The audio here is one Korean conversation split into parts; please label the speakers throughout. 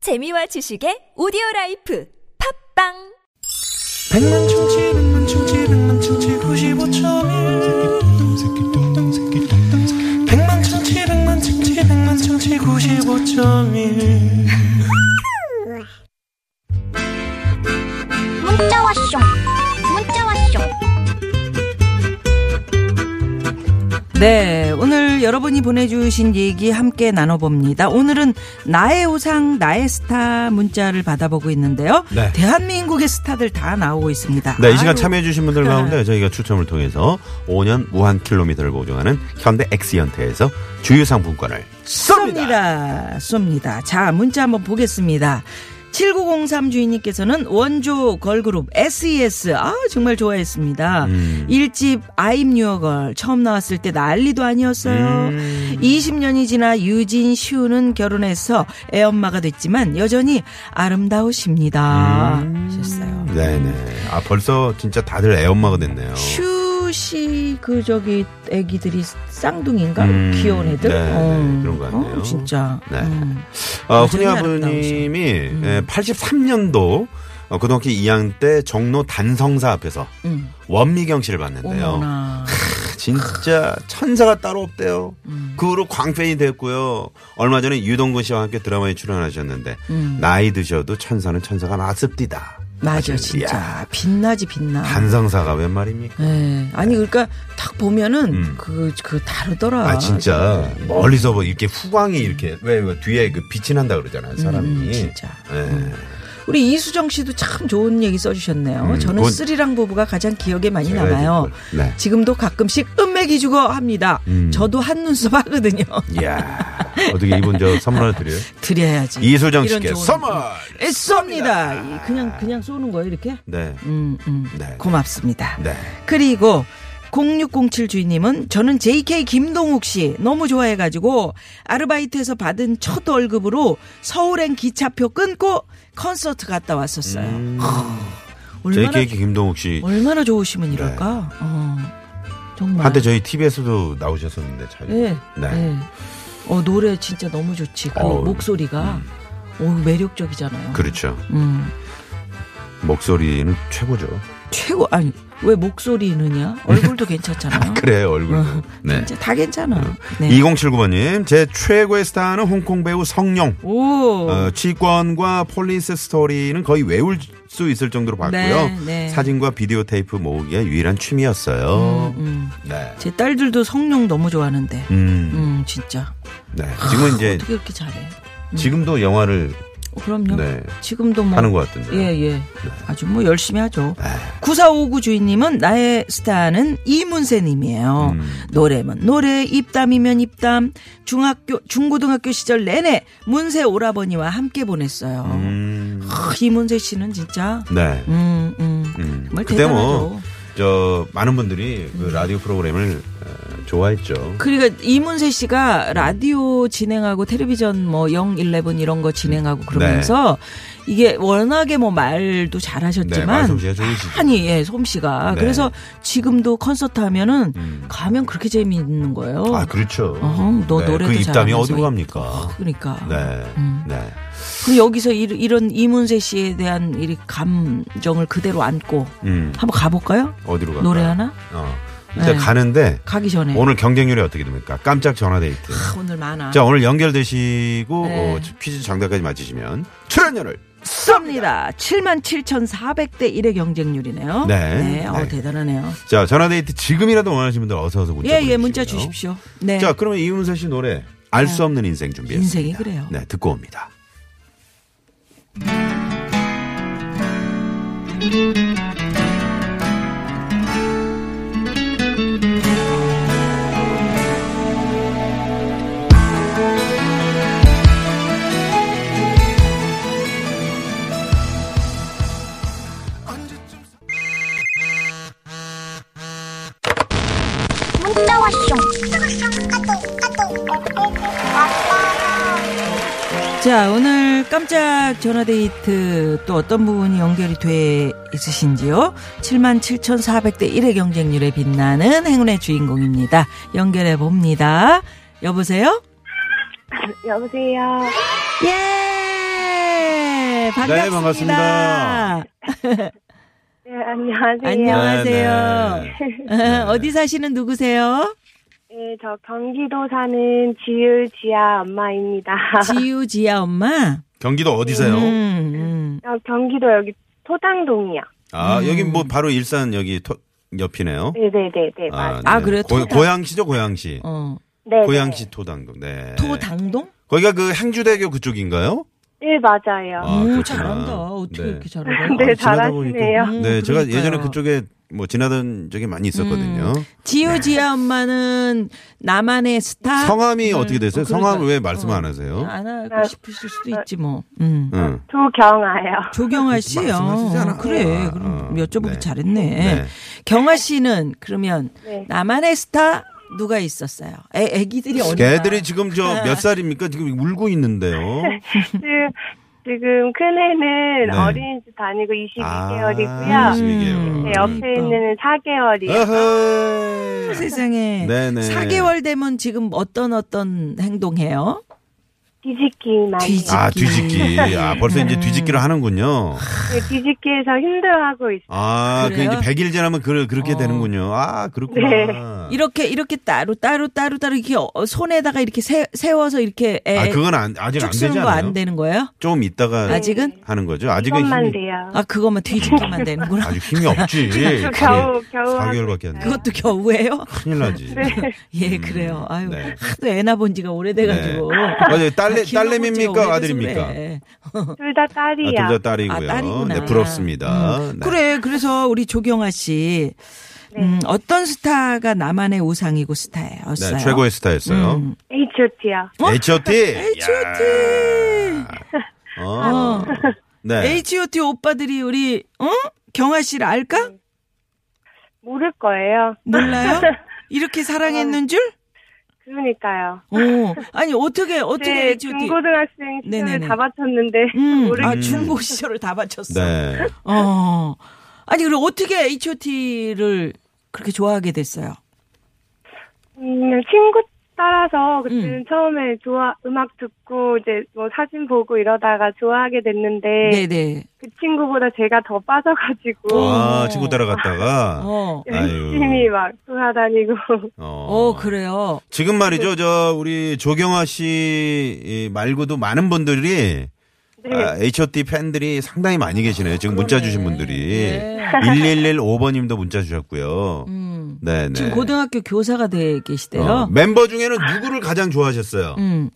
Speaker 1: 재미와 지식의 오디오 라이프 팝빵
Speaker 2: 백만 충치 백만 충치 백만 충치 구십오점일 백만 충치 백만 충치 백만 충치 구십오점일
Speaker 3: 문자 왔쇼 문자 왔쇼
Speaker 4: 네, 오늘 여러분이 보내주신 얘기 함께 나눠봅니다. 오늘은 나의 우상, 나의 스타 문자를 받아보고 있는데요.
Speaker 5: 네.
Speaker 4: 대한민국의 스타들 다 나오고 네. 있습니다.
Speaker 5: 네, 이 시간
Speaker 4: 아유,
Speaker 5: 참여해주신 분들 가운데 저희가 추첨을 통해서 5년 무한 킬로미터를 보증하는 현대 엑시언트에서 주유상품권을
Speaker 4: 쏩니다. 쏩니다. 자, 문자 한번 보겠습니다. 7903 주인님께서는 원조 걸그룹 SES. 아, 정말 좋아했습니다.
Speaker 5: 음.
Speaker 4: 일집 아임 뉴어걸 처음 나왔을 때 난리도 아니었어요.
Speaker 5: 음.
Speaker 4: 20년이 지나 유진 시우는 결혼해서 애엄마가 됐지만 여전히 아름다우십니다. 하셨어요.
Speaker 5: 음. 네네. 아, 벌써 진짜 다들 애엄마가 됐네요.
Speaker 4: 슈 씨, 그, 저기, 애기들이 쌍둥이인가?
Speaker 5: 음,
Speaker 4: 귀여운 애들?
Speaker 5: 네, 네, 그런 것 같네요.
Speaker 4: 어, 진짜.
Speaker 5: 네.
Speaker 4: 음.
Speaker 5: 어,
Speaker 4: 굉장히 음.
Speaker 5: 훈이 아버님이 예, 83년도 어, 고등학교 2학년 때 종로 단성사 앞에서
Speaker 4: 음.
Speaker 5: 원미경 씨를 봤는데요.
Speaker 4: 어머나.
Speaker 5: 진짜 천사가 따로 없대요.
Speaker 4: 음.
Speaker 5: 그 후로 광팬이 됐고요. 얼마 전에 유동근 씨와 함께 드라마에 출연하셨는데 나이 드셔도 천사는 천사가 맞습디다.
Speaker 4: 음. 맞아,
Speaker 5: 하시는-
Speaker 4: 진짜.
Speaker 5: 이야,
Speaker 4: 빛나지, 빛나.
Speaker 5: 단성사가 웬 말입니까?
Speaker 4: 네. 아니, 그러니까 딱 보면은
Speaker 5: 음.
Speaker 4: 그, 그 다르더라.
Speaker 5: 아 진짜
Speaker 4: 네.
Speaker 5: 멀리서 뭐 이렇게 후광이 이렇게 왜, 왜 뒤에 그 빛이 난다 그러잖아요 사람이.
Speaker 4: 음, 진짜.
Speaker 5: 예.
Speaker 4: 우리 이수정 씨도 참 좋은 얘기 써주셨네요.
Speaker 5: 음,
Speaker 4: 저는
Speaker 5: 그건-
Speaker 4: 쓰리랑 부부가 가장 기억에 많이
Speaker 5: 제가
Speaker 4: 남아요.
Speaker 5: 이제 뭘- 네.
Speaker 4: 지금도 가끔씩 음맥이 주고 합니다.
Speaker 5: 음.
Speaker 4: 저도 한눈썹 하거든요.
Speaker 5: 이야 어떻게 이분 저 선물 하나 드려요?
Speaker 4: 드려야지.
Speaker 5: 이소정
Speaker 4: 이런
Speaker 5: 씨께
Speaker 4: 좋은- 음,
Speaker 5: 선물.
Speaker 4: 에, 예, 쏩니다. 이- 그냥 그냥 쏘는 거예요 이렇게.
Speaker 5: 네.
Speaker 4: 음, 음.
Speaker 5: 네.
Speaker 4: 고맙습니다.
Speaker 5: 네.
Speaker 4: 그리고 0607 주인님은 저는 JK 김동욱 씨 너무 좋아해가지고 아르바이트에서 받은 첫 월급으로 서울행 기차표 끊고 콘서트 갔다 왔었어요. 허, 얼마나
Speaker 5: JK 음. 김동욱 씨
Speaker 4: 얼마나 좋으시면 이럴까? 어, 정말.
Speaker 5: 한때 저희 TV에서도 나오셨었는데 잘.
Speaker 4: 예.
Speaker 5: 네.
Speaker 4: 예. 어 노래 진짜 너무 좋지. 그
Speaker 5: 어우, 음.
Speaker 4: 목소리가 오 매력적이잖아요.
Speaker 5: 그렇죠.
Speaker 4: 음.
Speaker 5: 목소리는 최고죠.
Speaker 4: 최고 아니 왜 목소리느냐? 얼굴도 괜찮잖아요.
Speaker 5: 그래 얼굴도. 네.
Speaker 4: 어, 진짜 다 괜찮아. 네.
Speaker 5: 2079번님, 제 최고의 스타는 홍콩 배우 성룡.
Speaker 4: 오.
Speaker 5: 어, 치권과 폴리스 스토리는 거의 외울 수 있을 정도로 봤고요.
Speaker 4: 네, 네.
Speaker 5: 사진과 비디오 테이프 모으기가 유일한 취미였어요.
Speaker 4: 음.
Speaker 5: 네.
Speaker 4: 제 딸들도 성룡 너무 좋아하는데.
Speaker 5: 음,
Speaker 4: 음, 진짜.
Speaker 5: 네. 지금은 이제,
Speaker 4: 아, 어떻게 이렇게 잘해?
Speaker 5: 지금도 영화를
Speaker 4: 어, 그럼요.
Speaker 5: 네.
Speaker 4: 지금도 뭐
Speaker 5: 하는 네. 것 같은데.
Speaker 4: 예, 예. 아주 뭐 열심히 하죠.
Speaker 5: 아.
Speaker 4: 9459 주인님은 나의 스타는 이문세님이에요.
Speaker 5: 음.
Speaker 4: 노래면 노래, 입담이면 입담. 중학교, 중고등학교 시절 내내 문세 오라버니와 함께 보냈어요.
Speaker 5: 음,
Speaker 4: 아, 이문세 씨는 진짜.
Speaker 5: 네.
Speaker 4: 음, 음.
Speaker 5: 음.
Speaker 4: 정말
Speaker 5: 그때
Speaker 4: 대단하죠. 음.
Speaker 5: 뭐, 저, 많은 분들이 그 라디오 프로그램을 어, 좋아했죠.
Speaker 4: 그러니까 이문세 씨가 라디오 진행하고 텔레비전 뭐 011 이런 거 진행하고 그러면서 이게 워낙에 뭐 말도
Speaker 5: 네,
Speaker 4: 잘하셨지만
Speaker 5: 말솜씨가 좋으시죠.
Speaker 4: 아니 예 솜씨가
Speaker 5: 네.
Speaker 4: 그래서 지금도 콘서트 하면은
Speaker 5: 음.
Speaker 4: 가면 그렇게 재미있는 거예요.
Speaker 5: 아, 그렇죠.
Speaker 4: 어. 어흥, 너 노래도
Speaker 5: 그 입담이
Speaker 4: 잘하면서
Speaker 5: 어디로
Speaker 4: 이-
Speaker 5: 갑니까?
Speaker 4: 그러니까
Speaker 5: 네. 네.
Speaker 4: 그럼 여기서 이, 런 이문세 씨에 대한 이 감정을 그대로 안고
Speaker 5: 음.
Speaker 4: 한번 가볼까요?
Speaker 5: 어디로 갈까?
Speaker 4: 노래 하나
Speaker 5: 어. 일단
Speaker 4: 네.
Speaker 5: 가는데
Speaker 4: 가기 전에
Speaker 5: 오늘 경쟁률이 어떻게 됩니까? 깜짝 전화 데이트.
Speaker 4: 아, 오늘 음. 많아.
Speaker 5: 자, 오늘 연결되시고
Speaker 4: 네.
Speaker 5: 어, 퀴즈 정답까지 맞히시면 출연료를
Speaker 4: 쏩니다. 77,400대 1의 경쟁률이네요.
Speaker 5: 네.
Speaker 4: 어,
Speaker 5: 네.
Speaker 4: 대단하네요.
Speaker 5: 자, 전화 데이트 지금이라도 원하시는 분들 어서 어서 문자
Speaker 4: 예, 예,
Speaker 5: 보내주시고요.
Speaker 4: 문자 주십시오. 네.
Speaker 5: 자, 그러면 이문세 씨 노래 알 수 없는 인생 준비했습니다.
Speaker 4: 인생이 그래요.
Speaker 5: 네, 듣고 옵니다.
Speaker 3: 문자 왔쇼 까똑 까똑
Speaker 4: 자, 오늘 깜짝 전화데이트 또 어떤 부분이 연결이 돼 있으신지요? 77,400대 1의 경쟁률에 빛나는 행운의 주인공입니다. 연결해 봅니다. 여보세요?
Speaker 6: 여보세요.
Speaker 4: 예!
Speaker 5: 네,
Speaker 4: 반갑습니다. 어,
Speaker 5: 반갑습니다.
Speaker 6: 네, 안녕하세요.
Speaker 4: 안녕하세요.
Speaker 5: 네,
Speaker 4: 어디 사시는 누구세요?
Speaker 6: 네, 저 경기도 사는 지율 지아 엄마입니다.
Speaker 4: 지유 지아 엄마.
Speaker 5: 경기도 어디세요?
Speaker 4: 음, 음.
Speaker 6: 어, 경기도 여기 토당동이요.
Speaker 5: 아, 여기 뭐 바로 일산 여기 토- 옆이네요.
Speaker 6: 네네네네. 맞
Speaker 4: 아, 그래요?
Speaker 5: 고,
Speaker 4: 토당.
Speaker 5: 고양시죠, 고양시.
Speaker 4: 어.
Speaker 6: 네.
Speaker 5: 고양시 토당동. 네.
Speaker 4: 토당동?
Speaker 5: 거기가 그 행주대교 그쪽인가요?
Speaker 6: 네, 맞아요.
Speaker 5: 아,
Speaker 4: 오,
Speaker 5: 그렇구나.
Speaker 4: 잘한다. 어떻게
Speaker 5: 네.
Speaker 4: 이렇게 잘한다.
Speaker 6: 네,
Speaker 5: 아, 지나다 보니까.
Speaker 6: 잘하시네요.
Speaker 4: 음,
Speaker 5: 네, 제가
Speaker 4: 그러니까요. 음.
Speaker 5: 예전에 그쪽에 뭐 지나던 적이 많이 있었거든요.
Speaker 4: 지유 지아 엄마는 나만의 스타?
Speaker 5: 네. 성함이 어떻게
Speaker 4: 아,
Speaker 5: 되세요?
Speaker 4: 어, 그러니까. 음, 어.
Speaker 5: 성함을 왜 말씀 안 하세요?
Speaker 4: 안 하고 싶으실 수도 있지 뭐. 음.
Speaker 5: 응.
Speaker 6: 조경아요.
Speaker 4: 조경아 씨요.
Speaker 5: 말씀하시지 않았구나.
Speaker 4: 그래. 그럼
Speaker 5: 어,
Speaker 4: 여쭤보기
Speaker 5: 네.
Speaker 4: 잘했네.
Speaker 5: 네.
Speaker 4: 경아 씨는 그러면
Speaker 6: 네.
Speaker 4: 나만의 스타 누가 있었어요? 애, 애기들이 어린가?
Speaker 5: 걔들이 지금 저 몇 살입니까? 지금 울고 있는데요.
Speaker 6: 지금, 그, 지금 큰애는
Speaker 5: 네.
Speaker 6: 어린이집 다니고
Speaker 5: 아,
Speaker 6: 22개월이고요.
Speaker 5: 22개월.
Speaker 4: 음.
Speaker 5: 음.
Speaker 6: 네, 옆에 있는 애는
Speaker 4: 네,
Speaker 6: 4개월이요.
Speaker 5: 어허.
Speaker 4: 세상에.
Speaker 5: 네네.
Speaker 4: 4개월 되면 지금 어떤 어떤 행동해요?
Speaker 6: 뒤집기만. 해요.
Speaker 4: 뒤집-
Speaker 5: 아, 뒤집기. 아, 벌써
Speaker 4: 네.
Speaker 5: 이제 뒤집기를 하는군요.
Speaker 6: 네, 뒤집기에서 힘들어하고 있어요.
Speaker 5: 아, 그
Speaker 4: 그래요?
Speaker 5: 이제 100일 지나면 그, 그렇게
Speaker 4: 어.
Speaker 5: 되는군요. 아, 그렇구나.
Speaker 4: 이렇게 이렇게 따로 따로 따로 따로 이렇게 어, 손에다가 이렇게 세, 세워서 이렇게 애,
Speaker 5: 아, 그건 안, 아직 안
Speaker 4: 쭉
Speaker 5: 되지
Speaker 4: 쓰는
Speaker 5: 않아요?
Speaker 4: 거 네. 안 되는 거예요?
Speaker 5: 좀 이따가
Speaker 4: 아직은?
Speaker 5: 하는 거죠. 아직은
Speaker 6: 이것만
Speaker 5: 힘이,
Speaker 6: 돼요.
Speaker 4: 아 그것만 뒤집기만 되는구나.
Speaker 5: 아직 힘이 없지.
Speaker 6: 저 겨우, 겨우. 하고
Speaker 5: 4개월밖에 안 돼.
Speaker 4: 그것도 겨우예요?
Speaker 5: 큰일 나지.
Speaker 4: 예 그래요. 아유
Speaker 5: 음. 네.
Speaker 4: 하도 애나 본 지가 오래돼가지고.
Speaker 5: 맞아요. 딸내-
Speaker 4: 아, 키워본 지가
Speaker 5: 딸내미입니까?
Speaker 4: 오래돼서
Speaker 5: 아들입니까?
Speaker 4: 그래.
Speaker 6: 둘다
Speaker 5: 아,
Speaker 6: 딸이요.
Speaker 5: 둘다 딸이고요.
Speaker 4: 아, 딸이구나. 음,
Speaker 5: 네, 부럽습니다. 네.
Speaker 4: 그래 그래서 우리 조경아 씨 음, 어떤 스타가 나만의 우상이고 스타예요?
Speaker 5: 네, 최고의 스타였어요.
Speaker 4: 음. 뭐?
Speaker 6: H.O.T.요.
Speaker 5: H.O.T.
Speaker 4: H.O.T..
Speaker 5: 야. 어. 네.
Speaker 4: H.O.T 오빠들이 우리 응 경아 씨를 알까?
Speaker 6: 모를 거예요.
Speaker 4: 몰라요? 이렇게 사랑했는 줄?
Speaker 6: 그러니까요.
Speaker 4: 어 아니 어떻게 어떻게
Speaker 6: 네,
Speaker 4: H.O.T.
Speaker 6: 중고등학생 시절을
Speaker 4: 네네네.
Speaker 6: 다 바쳤는데
Speaker 4: 음,
Speaker 6: 모르
Speaker 4: 아 중고 시절을 다 바쳤어.
Speaker 5: 네.
Speaker 4: 어 아니 그리고 어떻게 H.O.T.를 그렇게 좋아하게 됐어요?
Speaker 6: 음, 친구 따라서 그때는
Speaker 4: 음.
Speaker 6: 처음에 좋아 음악 듣고 이제 뭐 사진 보고 이러다가 좋아하게 됐는데
Speaker 4: 네네.
Speaker 6: 그 친구보다 제가 더 빠져가지고
Speaker 5: 아, 친구 따라갔다가.
Speaker 4: 어.
Speaker 5: 아유.
Speaker 6: 열심히 막 돌아다니고
Speaker 5: 어.
Speaker 4: 어 그래요.
Speaker 5: 지금 말이죠. 저 우리 조경아 씨 이, 말고도 많은 분들이
Speaker 4: 네.
Speaker 5: 아, H.O.T 팬들이 상당히 많이 계시네요. 지금 문자 주신 분들이
Speaker 4: 네.
Speaker 5: 1115번님도 문자 주셨고요.
Speaker 4: 음.
Speaker 5: 네, 네.
Speaker 4: 지금 고등학교 교사가 돼 계시대요.
Speaker 5: 어, 멤버 중에는 누구를 가장 좋아하셨어요?
Speaker 4: 음.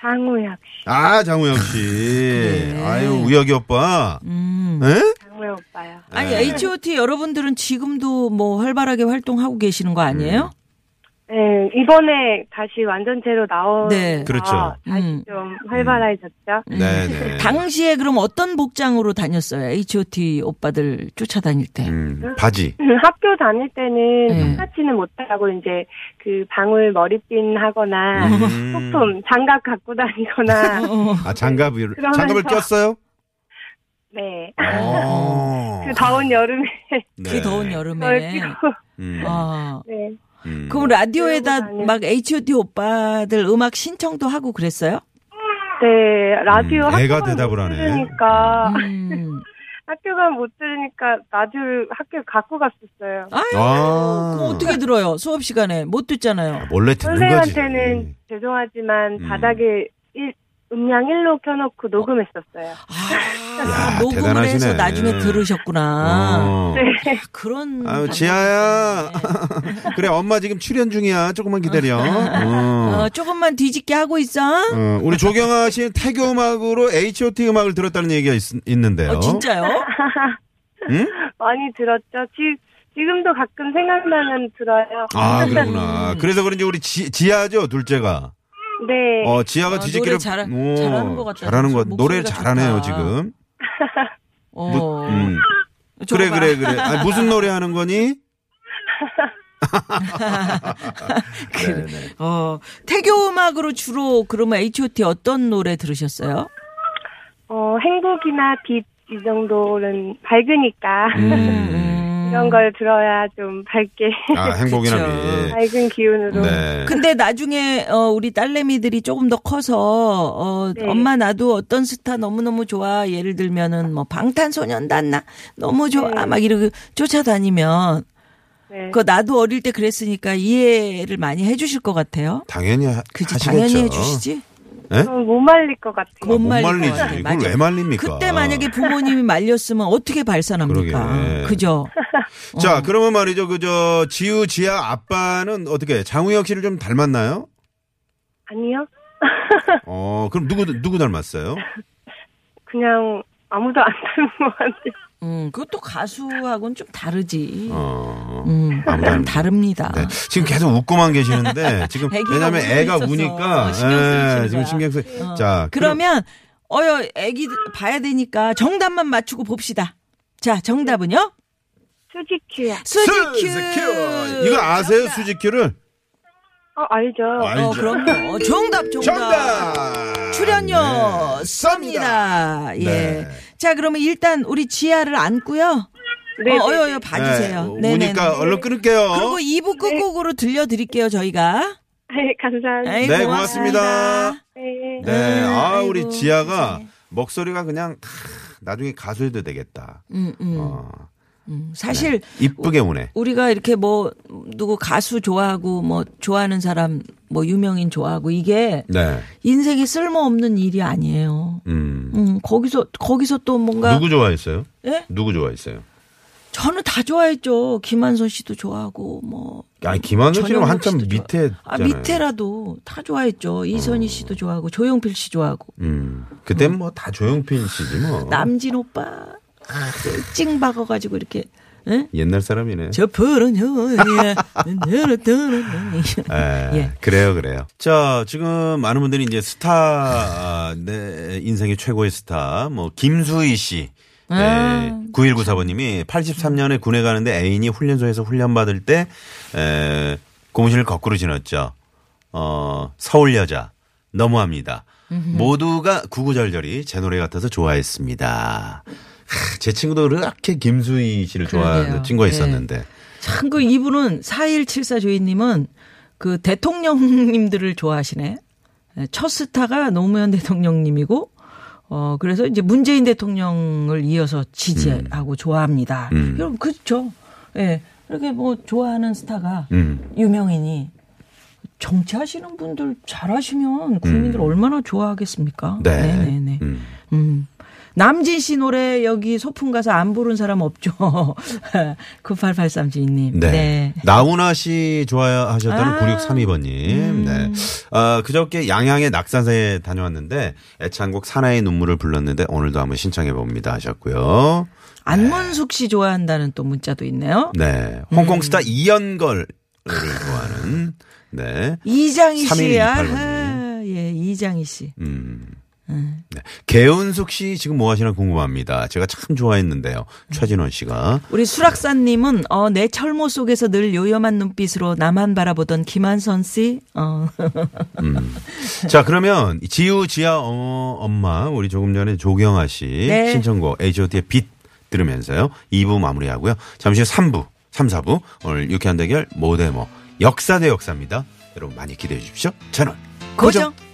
Speaker 6: 장우혁 씨,
Speaker 5: 아 장우혁 씨, 아유 우혁이 오빠,
Speaker 4: 네. 음.
Speaker 5: 에?
Speaker 6: 장우혁 오빠요.
Speaker 4: 아니
Speaker 5: 네.
Speaker 4: H.O.T 여러분들은 지금도 뭐 활발하게 활동하고 계시는 거 아니에요?
Speaker 6: 네 이번에 다시 완전체로 나오서
Speaker 4: 네.
Speaker 5: 그렇죠.
Speaker 6: 다시
Speaker 4: 음.
Speaker 6: 좀 활발해졌죠.
Speaker 5: 네네.
Speaker 4: 당시에 그럼 어떤 복장으로 다녔어요? H.O.T 오빠들 쫓아다닐 때.
Speaker 5: 음, 바지.
Speaker 6: 학교 다닐 때는
Speaker 4: 음.
Speaker 6: 똑같이는 못하고 이제 그 방울 머리핀
Speaker 4: 아,
Speaker 6: 하거나
Speaker 5: 음.
Speaker 6: 소품 장갑 갖고 다니거나
Speaker 4: 어,
Speaker 5: 아 장갑을
Speaker 6: 그러면서-
Speaker 5: 장갑을 꼈어요?
Speaker 6: 네.
Speaker 5: 어.
Speaker 6: 그 더운 여름에
Speaker 4: 그 더운
Speaker 6: 그걸
Speaker 4: 여름에.
Speaker 6: 끼고
Speaker 5: 네. 음,
Speaker 4: 아.
Speaker 6: 네.
Speaker 5: 음.
Speaker 4: 그럼 라디오에다
Speaker 6: 그러고 다녀.
Speaker 4: 막 H.O.T 오빠들 음악 신청도 하고 그랬어요?
Speaker 6: 네, 라디오
Speaker 5: 음,
Speaker 6: 학교
Speaker 5: 애가
Speaker 6: 가면
Speaker 5: 대답을
Speaker 6: 못
Speaker 5: 하네.
Speaker 6: 들으니까
Speaker 4: 음.
Speaker 6: 학교 가면 못 들으니까 라디오를 학교에 갖고 갔었어요.
Speaker 4: 아유.
Speaker 5: 아.
Speaker 4: 그거 어떻게 들어요? 수업 시간에 못 듣잖아요.
Speaker 5: 몰래 듣는 거지. 예.
Speaker 6: 선생님한테는 죄송하지만
Speaker 5: 음.
Speaker 6: 바닥에 일, 음량 1로 켜놓고 녹음했었어요.
Speaker 4: 아,
Speaker 5: 야,
Speaker 4: 녹음을
Speaker 5: 대단하시네.
Speaker 4: 해서 나중에 들으셨구나.
Speaker 5: 어.
Speaker 4: 그런.
Speaker 5: 아유
Speaker 4: 방법이 음,
Speaker 5: 지아야,
Speaker 4: 있네.
Speaker 5: 그래 엄마 지금 출연 중이야. 조금만 기다려. 어.
Speaker 4: 어, 조금만 뒤집게 하고 있어. 어,
Speaker 5: 어, 우리 조경아 씨는 태교 음악으로 H.O.T 음악을 들었다는 얘기가 있, 는데요
Speaker 4: 어, 진짜요?
Speaker 5: 응?
Speaker 6: 많이 들었죠. 지, 지금도 가끔 생각나면 들어요.
Speaker 4: 음.
Speaker 5: 아, 그렇구나. 그래서 그런지 우리 지, 지아죠, 둘째가.
Speaker 6: 네.
Speaker 5: 어, 지아가
Speaker 4: 아,
Speaker 5: 뒤집기를 어,
Speaker 4: 노래 잘하- 잘하는 것 같다.
Speaker 5: 잘하는 것 같-
Speaker 4: 목소리가
Speaker 5: 노래를 잘하네요,
Speaker 4: 좋다.
Speaker 5: 지금.
Speaker 4: 어.
Speaker 5: 무- 음.
Speaker 4: 저거
Speaker 5: 그래,
Speaker 4: 봐.
Speaker 5: 그래, 그래. 아니, 무슨 노래 하는 거니? 네, 네.
Speaker 4: 어, 태교 음악으로 주로 그러면 H.O.T 어떤 노래 들으셨어요? 음.
Speaker 6: 어, 행복이나 빛 이 정도는 밝으니까.
Speaker 5: 음.
Speaker 6: 이런 걸 들어야 좀 밝게
Speaker 5: 아, 행복이나
Speaker 4: 음. 그쵸. 그
Speaker 5: 미.
Speaker 6: 밝은 기운으로
Speaker 5: 네.
Speaker 4: 음. 근데 나중에 어, 우리 딸내미들이 조금 더 커서 어,
Speaker 6: 네.
Speaker 4: 엄마 나도 어떤 스타 너무 너무 좋아 예를 들면은 뭐 방탄소년단 나 너무 좋아
Speaker 6: 네.
Speaker 4: 막 이러고 쫓아다니면
Speaker 6: 네.
Speaker 4: 그거 나도 어릴 때 그랬으니까 이해를 많이 해주실 것 같아요.
Speaker 5: 당연히 하,
Speaker 4: 그지
Speaker 5: 하시겠죠.
Speaker 4: 당연히 해주시지.
Speaker 6: 저는 못 말릴 것 같아요.
Speaker 5: 못
Speaker 4: 못 말릴 것
Speaker 5: 말리지.
Speaker 4: 같아.
Speaker 5: 이걸
Speaker 4: 맞아.
Speaker 5: 왜 말립니까?
Speaker 4: 그때 만약에 부모님이 말렸으면 어떻게
Speaker 5: 그러니까. 그러게. 네.
Speaker 4: 발산합니까? 그죠?
Speaker 5: 자,
Speaker 4: 어.
Speaker 5: 그러면 말이죠. 그저 지우 지아 아빠는 어떻게 장우혁 씨를 좀 닮았나요?
Speaker 6: 아니요.
Speaker 5: 어, 그럼 누구 누구 닮았어요?
Speaker 6: 그냥 아무도 안 듣는 것 같아요.
Speaker 4: 음, 그것도 가수하고는 좀 다르지.
Speaker 5: 어.
Speaker 4: 음,
Speaker 5: 아무도 안
Speaker 4: 좀 다릅니다.
Speaker 5: 네. 지금 계속 웃고만 계시는데 지금
Speaker 4: 애기가
Speaker 5: 왜냐면
Speaker 4: 웃음이
Speaker 5: 애가
Speaker 4: 있어서
Speaker 5: 우니까
Speaker 4: 신경 쓰이시는
Speaker 5: 예, 지금
Speaker 4: 거야.
Speaker 5: 신경 쓰. 자,
Speaker 4: 그러면 어여 애기 봐야 되니까 정답만 맞추고 봅시다. 자, 정답은요?
Speaker 6: 수지큐야.
Speaker 4: 수지큐. 어,
Speaker 5: 수지큐. 이거 아세요?
Speaker 4: 정답.
Speaker 5: 수지큐를?
Speaker 6: 어 알죠.
Speaker 5: 아,
Speaker 4: 어,
Speaker 5: 알죠.
Speaker 4: 그럼요. 정답, 정답.
Speaker 5: 정답.
Speaker 4: 출연료
Speaker 5: 네.
Speaker 4: 쏩니다. 예.
Speaker 5: 네.
Speaker 4: 자, 그러면 일단 우리 지아를 안고요.
Speaker 6: 네,
Speaker 4: 어,
Speaker 6: 네,
Speaker 4: 어여, 어여
Speaker 5: 네,
Speaker 4: 봐주세요. 네, 네.
Speaker 5: 우니까 어? 얼른 끊을게요.
Speaker 4: 그리고 2부 끝곡으로 들려드릴게요, 저희가.
Speaker 6: 네, 감사합니다.
Speaker 4: 에이,
Speaker 5: 네, 고맙습니다.
Speaker 6: 네.
Speaker 5: 네, 아
Speaker 4: 아이고,
Speaker 5: 우리 지아가
Speaker 4: 세상에.
Speaker 5: 목소리가 그냥 다 나중에 가수해도 되겠다.
Speaker 4: 음, 음.
Speaker 5: 어,
Speaker 4: 음, 사실
Speaker 5: 이쁘게 우네.
Speaker 4: 우리가 이렇게 뭐 누구 가수 좋아하고 뭐 좋아하는 사람 뭐 유명인 좋아하고 이게
Speaker 5: 네,
Speaker 4: 인생에 쓸모없는 일이 아니에요.
Speaker 5: 음.
Speaker 4: 음, 거기서 거기서 또 뭔가
Speaker 5: 누구 좋아했어요?
Speaker 4: 예?
Speaker 5: 누구 좋아했어요?
Speaker 4: 저는 다 좋아했죠. 김한선 씨도 좋아하고 뭐
Speaker 5: 아니 김한선 씨는
Speaker 4: 전영록
Speaker 5: 한참
Speaker 4: 씨도 좋아-
Speaker 5: 밑에 어.
Speaker 4: 아 밑에라도 다 좋아했죠. 이선희 씨도 좋아하고 조용필 씨 좋아하고
Speaker 5: 음, 그땐 뭐 다 조용필 씨지 뭐.
Speaker 4: 남진 오빠 아, 찡 박아 가지고 이렇게 예?
Speaker 5: 옛날 사람이네.
Speaker 4: 저 푸른 여야
Speaker 5: 에,
Speaker 4: 예.
Speaker 5: 그래요, 그래요. 자, 지금 많은 분들이 이제 스타, 아, 내 인생의 최고의 스타, 뭐, 김수희 씨.
Speaker 4: 아.
Speaker 5: 네, 9194번님이 83년에 군에 가는데 애인이 훈련소에서 훈련받을 때, 에, 고무신을 거꾸로 지났죠. 어, 서울 여자. 너무합니다. 모두가 구구절절이 제 노래 같아서 좋아했습니다. 하, 제 친구도 그렇게 김수희 씨를 좋아하는
Speaker 4: 그러게요.
Speaker 5: 친구가
Speaker 4: 네.
Speaker 5: 있었는데.
Speaker 4: 참그 이분은 4174 조이님은 그 대통령님들을 좋아하시네. 네, 첫 스타가 노무현 대통령님이고 어 그래서 이제 문재인 대통령을 이어서 지지하고 좋아합니다.
Speaker 5: 음.
Speaker 4: 그럼 그렇죠. 예. 이렇게 뭐 좋아하는 스타가
Speaker 5: 음.
Speaker 4: 유명인이 정치하시는 분들 잘하시면 국민들 얼마나 좋아하겠습니까?
Speaker 5: 음. 네.
Speaker 4: 네네
Speaker 5: 음.
Speaker 4: 음. 남진 씨 노래 여기 소풍 가서 안 부른 사람 없죠. 9883 주인님.
Speaker 5: 네.
Speaker 4: 네.
Speaker 5: 나훈아 씨 좋아하셨다는 9632번님. 네. 아, 그저께 양양의 낙산사에 다녀왔는데 애창곡 사나이 눈물을 불렀는데 오늘도 한번 신청해 봅니다 하셨고요.
Speaker 4: 안문숙 씨 좋아한다는 또 문자도 있네요.
Speaker 5: 네. 홍콩 스타 이연걸을 좋아하는 네.
Speaker 4: 이장희 씨야.
Speaker 5: 3128 번님.
Speaker 4: 아, 예, 이장희 씨.
Speaker 5: 음. 네. 개은숙 씨 지금 뭐 하시나 궁금합니다. 제가 참 좋아했는데요. 최진원 씨가.
Speaker 4: 우리 수락사님은 어, 내 철모 속에서 늘 요염한 눈빛으로 나만 바라보던 김한선 씨. 어.
Speaker 5: 자, 그러면 지우 지아 어, 엄마 우리 조금 전에 조경아 씨
Speaker 4: 네.
Speaker 5: 신청곡 H.O.T.의 빛 들으면서요. 2부 마무리하고요. 잠시 후 3부, 3, 4부 오늘 유쾌한 대결 모데모 역사 대 역사입니다. 여러분 많이 기대해 주십시오. 채널
Speaker 4: 고정.
Speaker 5: 고정.